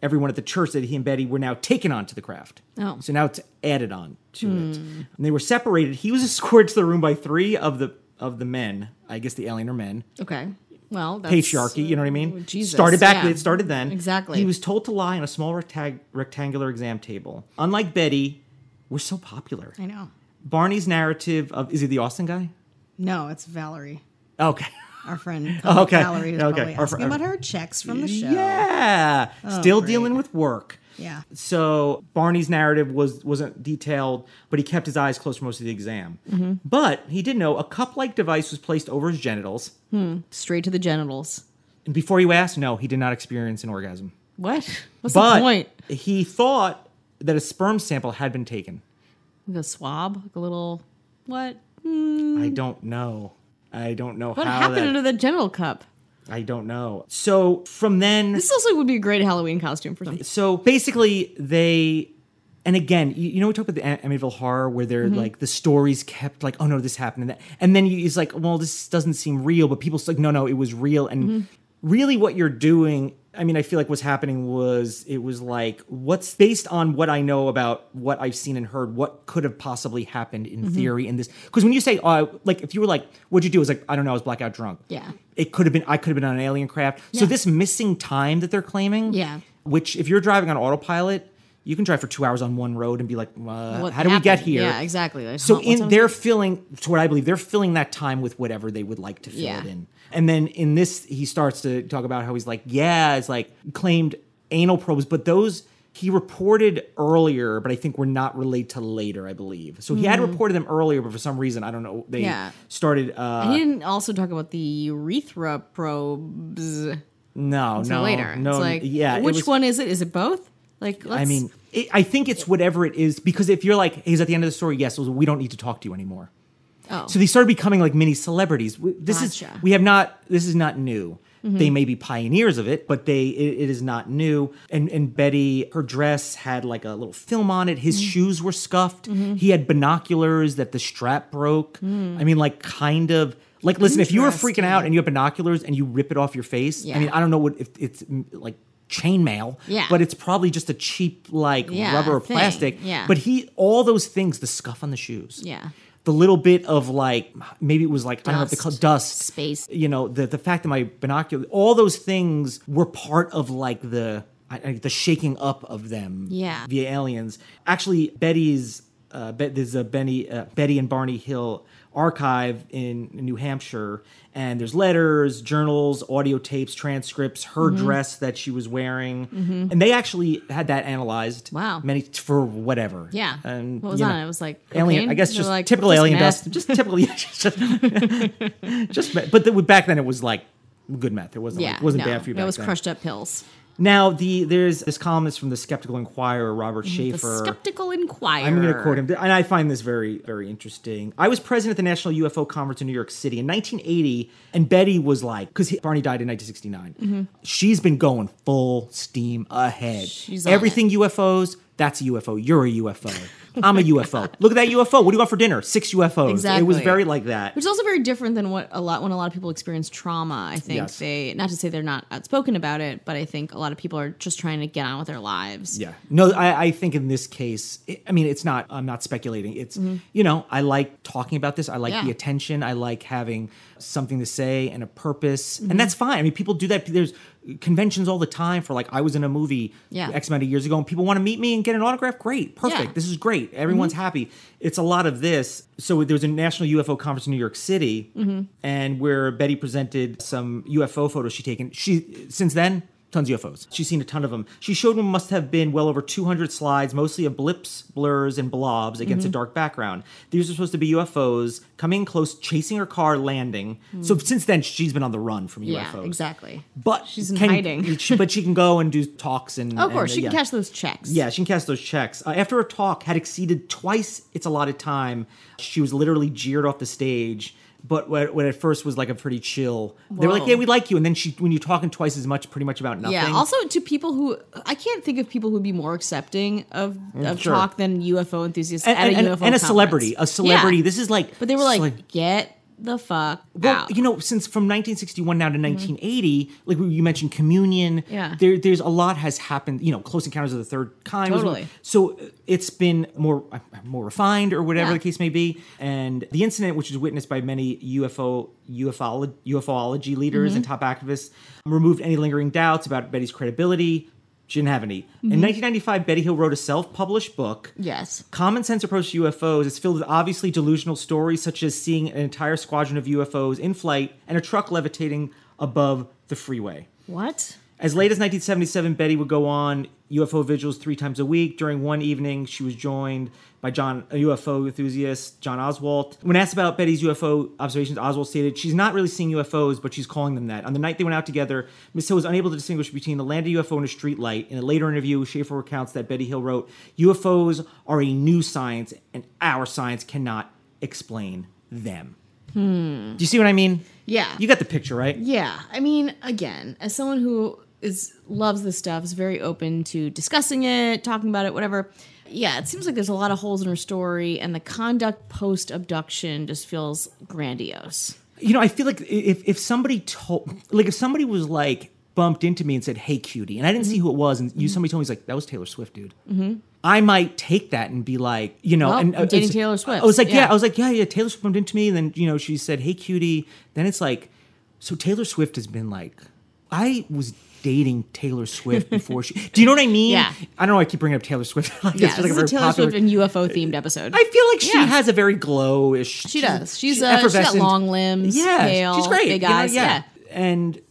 D: everyone at the church that he and Betty were now taken onto the craft.
C: Oh. Hmm.
D: so now it's added on to it, and they were separated. He was escorted to the room by three of the of the men. I guess the alien are men
C: Okay. Well, that's,
D: patriarchy. You know what I mean?
C: Jesus,
D: started back.
C: yeah.
D: It started then.
C: Exactly.
D: He was told to lie on a small rectang- rectangular exam table. Unlike Betty, we're so popular.
E: I know.
D: Barney's narrative of is he the Austin guy?
E: No, it's Valerie,
D: Okay.
E: our friend.
D: Okay.
E: Valerie is
D: Okay.
E: probably
D: Our fr-
E: asking
D: our-
E: about her checks from the show.
D: Yeah.
C: Oh,
D: Still dealing with work.
E: Yeah.
D: So Barney's narrative was wasn't detailed, but he kept his eyes closed for most of the exam.
C: Mm-hmm.
D: But he did know a cup-like device was placed over his genitals.
C: straight to the genitals.
D: And before you ask, no, he did not experience an orgasm.
C: What? What's
D: but
C: the point?
D: he thought that a sperm sample had been taken.
C: Like a swab, like a little what?
D: I don't know. I don't know
C: What
D: how
C: happened
D: that.
C: under the genital cup?
D: I don't know. So from then,
C: This also would be a great Halloween costume for something.
D: so basically they, and again, you, you know, we talk about the Am- Amityville horror where they're like the stories kept like, oh no, this happened, and that, and then you, it's like, well, this doesn't seem real, but people still like, no, no, it was real, and really, what you're doing. I mean, I feel like what's happening was it was like what's based on what I know about what I've seen and heard, what could have possibly happened in theory in this. Because when you say, uh, like, if you were like, what'd you do? It's like, I don't know, I was blackout drunk.
C: Yeah.
D: it could have been i could have been on an alien craft so this missing time that they're claiming
C: Yeah.
D: which if you're driving on autopilot you can drive for two hours on one road and be like uh,
C: What
D: how do we get
C: happened?
D: here
C: Yeah, exactly. Like,
D: so
C: huh,
D: in
C: what's
D: they're filling to what i believe they're filling that time with whatever they would like to fill
C: Yeah.
D: it in and then in this he starts to talk about how he's like yeah it's like claimed anal probes but those he reported earlier but i think were not related to later i believe so he had reported them earlier but for some reason i don't know they
C: Hmm. Yeah.
D: started uh
C: He didn't also talk about the urethra probes
D: no
C: until
D: no
C: later.
D: no
C: it's like,
D: yeah it
C: which
D: was-
C: one is it? Is it both? Like, let's,
D: I mean, it, I think it's whatever it is because if you're like, he's at the end of the story, yes, we don't need to talk to you anymore.
C: oh,
D: So they started becoming like mini celebrities. We- This
C: Gotcha. Mm-hmm.
D: is we have not. This is not new. They may be pioneers of it, but they it, it is not new. And and Betty, her dress had like a little film on it. His
C: Mm.
D: shoes were scuffed.
C: Mm-hmm.
D: He had binoculars that the strap broke.
C: Mm.
D: I mean, like kind of like listen, if you were freaking out and you have binoculars and you rip it off your face,
C: Yeah.
D: I mean, I don't know what if it's mm, like chainmail,
C: Yeah.
D: but it's probably just a cheap like
C: Yeah,
D: rubber or
C: thing.
D: plastic.
C: Yeah.
D: But he all those things, the scuff on the shoes
C: yeah,
D: the little bit of like maybe it was like I don't know if they
C: Dust.
D: call dust
C: Space.
D: You know the the fact that my binocular all those things were part of like the I- I- the shaking up of them
C: Yeah.
D: via aliens. Actually, Betty's uh, Bet there's a Benny uh, Betty and Barney Hill archive in New Hampshire, and there's letters, journals, audio tapes, transcripts, her
C: Mm-hmm.
D: dress that she was wearing, and they actually had that analyzed.
C: Wow.
D: many for whatever.
C: yeah.
D: and
C: what was
D: you
C: on
D: know.
C: it? It was like
D: Alien,
C: cocaine?
D: I guess
C: They're
D: just
C: like,
D: typical alien
C: meth.
D: dust. Just typical, yeah, just, just, just meth. But the, back then it was like good meth. It wasn't
C: Yeah,
D: like, it wasn't
C: no,
D: bad for you.
C: It
D: back
C: was
D: then.
C: crushed up pills.
D: Now the there's this columnist from the Skeptical Inquirer, Robert
C: Mm-hmm. The
D: Schaefer.
C: skeptical inquirer.
D: I'm going to quote him, and I find this very, very interesting. I was president at the National UFO Conference in New York City in 1980, and Betty was like, because Barney died in 1969.
C: Mm-hmm.
D: She's been going full steam ahead.
C: She's on
D: Everything UFOs, that's a UFO. You're a UFO. I'm a UFO. Look at that UFO. What do you want for dinner? Six UFOs. It was
C: Exactly.
D: very like that.
C: Which is also very different than what a lot when a lot of people experience trauma. I think
D: Yes.
C: they not to say they're not outspoken about it, but I think a lot of people are just trying to get on with their lives.
D: Yeah. No, I, I think in this case, it, I mean, it's not, I'm not speculating. It's, you know, I like talking about this. I like
C: Mm-hmm. Yeah.
D: the attention. I like having something to say and a purpose.
C: Mm-hmm.
D: And that's fine. I mean, people do that. There's conventions all the time for like, I was in a movie
C: Yeah.
D: X amount of years ago and people want to meet me and get an autograph. Great. Perfect.
C: Yeah. Mm-hmm.
D: This is great. Everyone's happy. It's a lot of this. So there was a national UFO conference in New York City
C: Mm-hmm.
D: and where Betty presented some UFO photos she taken. She, since then, tons of UFOs. She's seen a ton of them. She showed them must have been well over 200 slides, mostly of blips, blurs, and blobs against
C: Mm-hmm.
D: a dark background. These are supposed to be UFOs coming in close, chasing her car, landing. So since then, she's been on the run from
C: Mm. Yeah,
D: UFOs.
C: exactly.
D: But
C: She's in
D: can-
C: hiding.
D: she- but she can go and do talks and.
C: Oh, of course,
D: and, uh,
C: she can
D: yeah.
C: cash those checks.
D: Yeah, she can cash those checks. Uh, after her talk had exceeded twice its allotted time, she was literally jeered off the stage. But what, what at first was like a pretty chill. They were like,
C: Whoa.
D: "Yeah, we like you," and then she, when you're talking twice as much, pretty much about nothing.
C: Yeah. Also, to people who I can't think of people who'd be more accepting of of
D: Mm, sure.
C: talk than UFO enthusiasts
D: and,
C: at
D: and,
C: a
D: and-
C: UFO
D: and a
C: conference.
D: celebrity, a celebrity.
C: Yeah.
D: This is like,
C: but they were like,
D: sele-
C: get the fuck
D: Well,
C: out. Mm-hmm.
D: you know, since from 1961 now to 1980, like we- you mentioned, Communion.
C: Yeah.
D: There, there's a lot has happened. You know, Close Encounters of the Third Kind. was one-
C: Totally.
D: So uh, it's been more uh, more refined or whatever
C: Yeah.
D: the case may be. And the incident, which is witnessed by many UFO UFO UFOlogy leaders
C: Mm-hmm.
D: and top activists, removed any lingering doubts about Betty's credibility. She didn't have any.
C: Mm-hmm.
D: In 1995, Betty Hill wrote a self-published book.
C: yes.
D: Common sense approach to UFOs is filled with obviously delusional stories, such as seeing an entire squadron of UFOs in flight and a truck levitating above the freeway.
C: What?
D: As late as 1977, Betty would go on UFO vigils three times a week. During one evening, she was joined by John, a UFO enthusiast, John Oswald. When asked about Betty's UFO observations, Oswald stated, "She's not really seeing UFOs, but she's calling them that." On the night they went out together, Miss Hill was unable to distinguish between a landed UFO and a street light. In a later interview, Schaefer recounts that Betty Hill wrote, "UFOs are a new science, and our science cannot explain them." Do you see what I mean?
C: Yeah.
D: You got the picture, right?
C: Yeah, I mean, again, as someone who is loves this stuff, is very open to discussing it, talking about it, whatever. Yeah, it seems like there's a lot of holes in her story, and the conduct post abduction just feels grandiose.
D: you know, I feel like if if somebody told, like, if somebody was like bumped into me and said, "Hey, cutie," and I didn't see
C: Mm-hmm.
D: who it was, and you somebody told me, "He's like that was Taylor Swift, dude." I might take that and be like, you know,
C: Well,
D: and uh,
C: I'm dating
D: it's-
C: Taylor Swift,
D: I was like, yeah.
C: yeah.
D: I was like, yeah, yeah, Taylor Swift bumped into me, and then you know, she said, "Hey, cutie." Then it's like, so Taylor Swift has been like, I was dating Taylor Swift before she. Do you know what I mean?
C: Yeah.
D: I don't know. why I keep bringing up Taylor Swift. like, it's
C: Yeah,
D: like
C: this is a
D: very
C: Taylor
D: popular-
C: Swift and UFO themed episode.
D: I feel like she
C: Yeah.
D: has a very glowish.
C: She does. She's, uh, she's got long limbs, pale,
D: she's great.
C: big
D: you know,
C: eyes, yeah.
D: and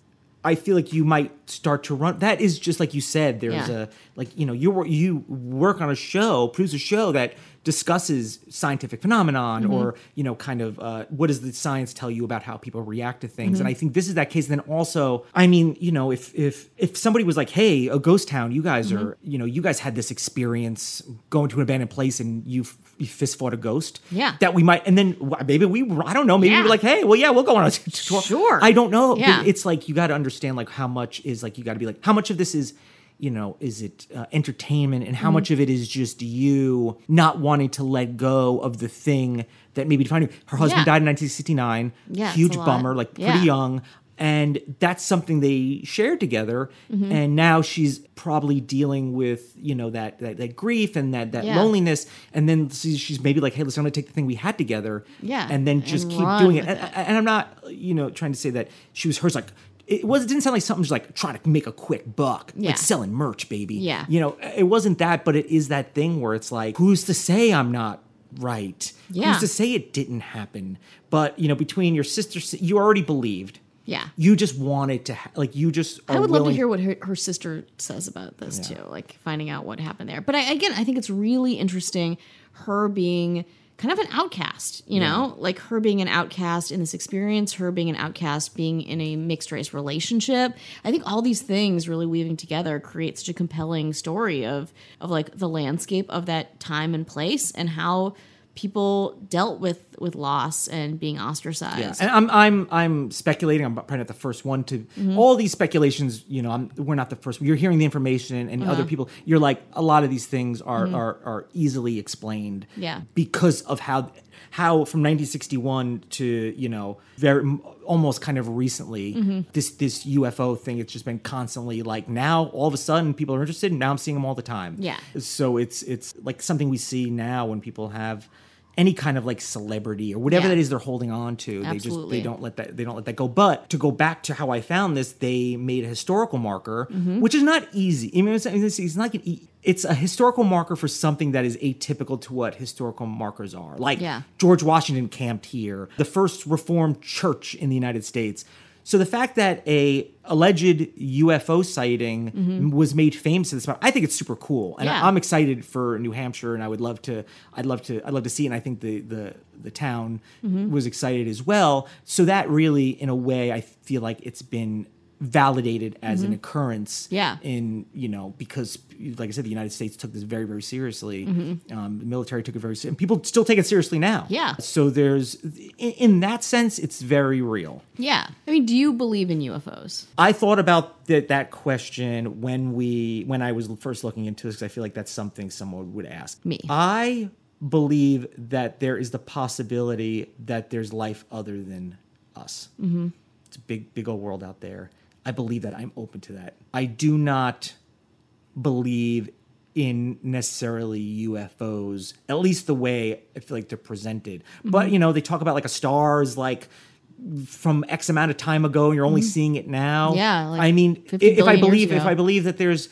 D: I feel like you might start to run. That is just like you said.
C: Yeah.
D: There's a like you know you wor- you work on a show, produce a show that discusses scientific phenomenon
C: Mm-hmm.
D: or you know kind of uh, what does the science tell you about how people react to things
C: Mm-hmm.
D: and i think this is that case then also i mean you know if if if somebody was like hey a ghost town you guys
C: Mm-hmm.
D: are you know you guys had this experience going to an abandoned place and you, f- you fist fought a ghost
C: Yeah.
D: that we might and then wh- maybe we i don't know maybe we
C: Yeah.
D: were like hey well yeah we'll go on a tour
C: Sure.
D: i don't know but
C: Yeah.
D: it's like you got to understand like how much is like you got to be like how much of this is you know is it uh, entertainment and how
C: Mm-hmm.
D: much of it is just you not wanting to let go of the thing that maybe defined you her husband
C: Yeah.
D: died in 1969
C: Yeah, it's
D: huge
C: a lot.
D: bummer like pretty
C: Yeah.
D: young and that's something they shared together
C: Mm-hmm.
D: and now she's probably dealing with you know that that, that grief and that that
C: Yeah.
D: loneliness and then she's she's maybe like hey listen i'm gonna take the thing we had together
C: Yeah,
D: and then
C: and
D: just keep
C: run
D: doing it
C: with
D: and, and i'm not you know trying to say that she was hers like it was it didn't sound like something just like trying to make a quick buck
C: Yeah.
D: like selling merch baby
C: Yeah.
D: you know it wasn't that but it is that thing where it's like who's to say i'm not right
C: Yeah.
D: who's to say it didn't happen but you know between your sister you already believed
C: Yeah.
D: you just wanted to ha- like you just
C: I
D: are
C: would love to
D: willing-
C: hear what her, her sister says about this too, like finding out what happened there. But I, again, I think it's really interesting her being kind of an outcast, you know, like her being an outcast in this experience, her being an outcast, being in a mixed race relationship. I think all these things really weaving together create such a compelling story of of like the landscape of that time and place and how people dealt with with loss and being
D: Yeah,
C: ostracized.
D: and I'm I'm I'm speculating. I'm probably not the first one to
C: Mm-hmm.
D: all these speculations. You know, I'm, we're not the first. You're hearing the information, and, and
C: Uh-huh.
D: other people. You're like a lot of these things are are, are easily explained.
C: Mm-hmm. Yeah.
D: because of how how from 1961 to you know very m- almost kind of recently
C: Mm-hmm.
D: this this UFO thing. It's just been constantly like now all of a sudden people are interested, and now I'm seeing them all the time.
C: Yeah.
D: so it's it's like something we see now when people have. Any kind of like celebrity or whatever
C: Yeah.
D: that is they're holding on to, they just they
C: Absolutely.
D: don't let that they don't let that go but to go back to how i found this they made a historical marker
C: Mm-hmm.
D: which is not easy i mean it's, it's, it's not like an e- it's a historical marker for something that is atypical to what historical markers are like
C: Yeah.
D: george washington camped here the first reformed church in the united states so the fact that a alleged UFO sighting
C: Mm-hmm.
D: was made famous in this, I think it's super cool, and
C: Yeah.
D: I'm excited for New Hampshire, and I would love to, I'd love to, I'd love to see, it, and I think the the the
C: Mm-hmm.
D: town was excited as well. So that really, in a way, I feel like it's been validated as an occurrence
C: Mm-hmm. Yeah.
D: in you know because like i said the united states took this very very seriously um, the military took it very seriously and people still take it seriously now
C: Mm-hmm. Yeah.
D: so there's in, in that sense it's very real
C: Yeah. I mean, do you believe in UFOs?
D: I thought about th- that question when we when I was first looking into this because I feel like that's something someone would ask
C: Me.
D: I believe that there is the possibility that there's life other than us. Mm-hmm. It's a big big old world out there. I believe that. I'm open to that. I do not believe in necessarily UFOs, at least the way I feel like they're presented.
C: Mm-hmm.
D: But you know, they talk about like a star is like from X amount of time ago, and you're only seeing it now.
C: Mm-hmm. Yeah, like
D: I mean,
C: 50
D: if I
C: billion years
D: believe if
C: ago.
D: I believe that there's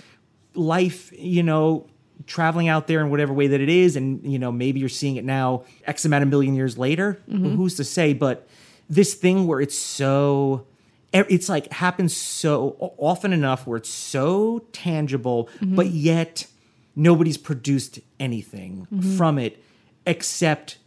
D: life, you know, traveling out there in whatever way that it is, and you know, maybe you're seeing it now X amount of million years later.
C: Mm-hmm.
D: Who's to say? But this thing where it's so e- it's like happens so o- often enough where it's so tangible
C: Mm-hmm.
D: but yet nobody's produced anything
C: Mm-hmm.
D: from it except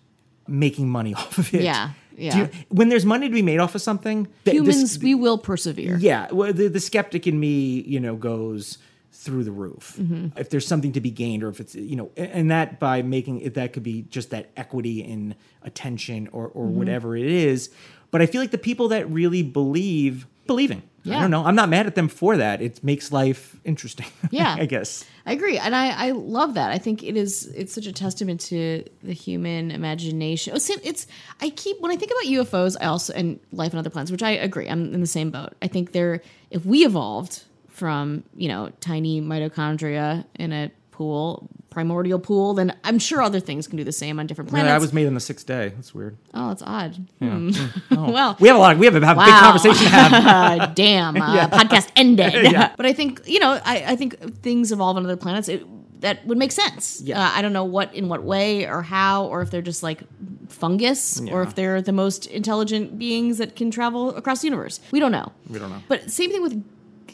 D: making money off of it
C: Yeah,
D: Do
C: yeah.
D: you- when there's money to be made off of something th- this-
C: Humans, we will persevere.
D: yeah, well, the, the skeptic in me, you know, goes through the roof.
C: Mm-hmm.
D: If there's something to be gained, or if it's, you know, a- and that by making it, that could be just that equity in attention or or
C: Mm-hmm.
D: whatever it is. But I feel like the people that really believe believing. I
C: Yeah.
D: don't know. I'm not mad at them for that. It makes life interesting.
C: Yeah.
D: I guess.
C: I agree, and I, I love that. I think it is it's such a testament to the human imagination. Oh, see, It's I keep when I think about UFOs, I also and life on other planets, which I agree. I'm in the same boat. I think they're if we evolved from you know tiny mitochondria in a pool, primordial pool, then I'm sure other things can do the same on different
D: I,
C: planets.
D: was made on the sixth day. That's weird.
C: oh, that's odd. Hmm. well,
D: Oh. We have a lot. We have a big
C: Wow.
D: conversation to have.
C: uh, damn, uh, podcast ended. But I think you know, I, I think things evolve on other planets. It, that would make sense.
D: Yeah.
C: Uh, I don't know what in what way or how, or if they're just like fungus, or if they're the most intelligent beings that can travel across the universe. We don't know. We
D: don't know.
C: But same thing with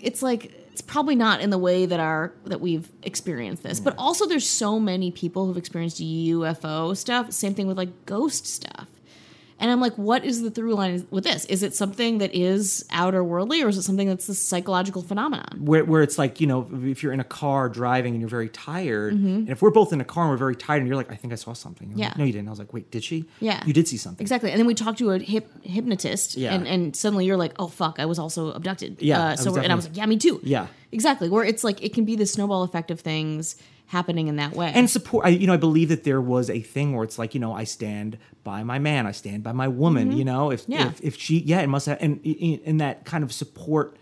C: it's like it's probably not in the way that our that we've experienced this. But also there's so many people who've experienced UFO stuff. Same thing with like ghost stuff. And I'm like, what is the through line with this? Is it something that is outer worldly or is it something that's a psychological phenomenon?
D: where, where it's like you know if you're in a car driving and you're very tired and if we're both in a car and we're very tired and you're like i think i saw something I'm like,
C: Mm-hmm. Yeah.
D: no you didn't i was like wait did she
C: Yeah.
D: you did see something
C: Exactly. And then we talk to a hip, hypnotist
D: Yeah.
C: and, and suddenly you're like, oh, fuck, I was also abducted.
D: Yeah, I
C: Uh,
D: was
C: so we're- and I was like,
D: definitely-
C: yeah, me too.
D: Yeah.
C: Exactly. Where it's like, it can be the snowball effect of things happening in that way.
D: and support I, you know i believe that there was a thing where it's like you know i stand by my man i stand by my woman you know if,
C: Yeah.
D: if if she yeah it must have and in that kind of support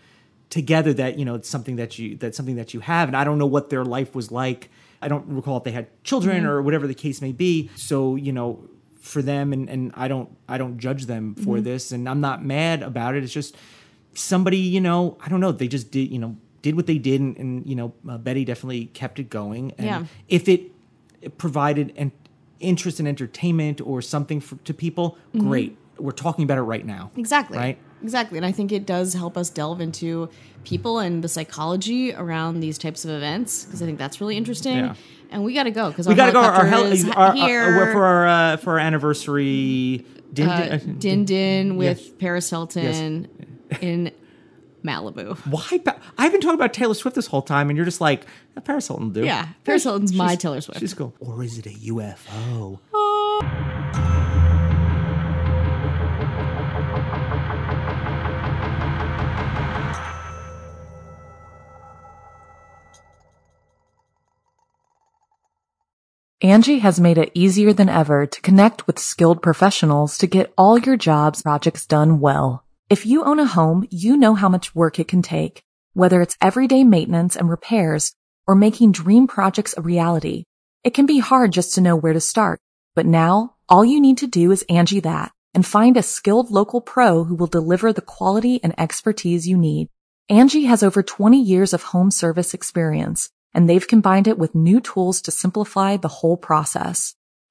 D: together that you know it's something that you that's something that you have and i don't know what their life was like i don't recall if they had children or whatever the case may be so you know for them and and i don't i don't judge them for this and i'm not mad about it it's just somebody you know i don't know they just did you know did what they did and, and you know uh, betty definitely kept it going and
C: Yeah.
D: if it it provided an interest and entertainment or something for, to people, great. We're talking about it right now.
C: Mm-hmm. Exactly.
D: Right?
C: Exactly. And I think it does help us delve into people and the psychology around these types of events because I think that's really interesting.
D: Yeah.
C: And we got to go because
D: We got to go. Our,
C: helicopter
D: hel-
C: is
D: our, our-
C: here.
D: for our uh, for our anniversary. Din,
C: uh,
D: din-
C: Din Din with Paris Hilton in Malibu.
D: why? Pa- I've been talking about Taylor Swift this whole time, and you're just like "Ah, Paris Hilton, dude.
C: Yeah, Paris Hilton's my Taylor Swift.
D: She's cool. Or is it a UFO?
A: Angie has made it easier than ever to connect with skilled professionals to get all your jobs projects done well. If you own a home, you know how much work it can take, whether it's everyday maintenance and repairs or making dream projects a reality. It can be hard just to know where to start, but now all you need to do is Angie that and find a skilled local pro who will deliver the quality and expertise you need. Angie has over 20 years of home service experience, and they've combined it with new tools to simplify the whole process.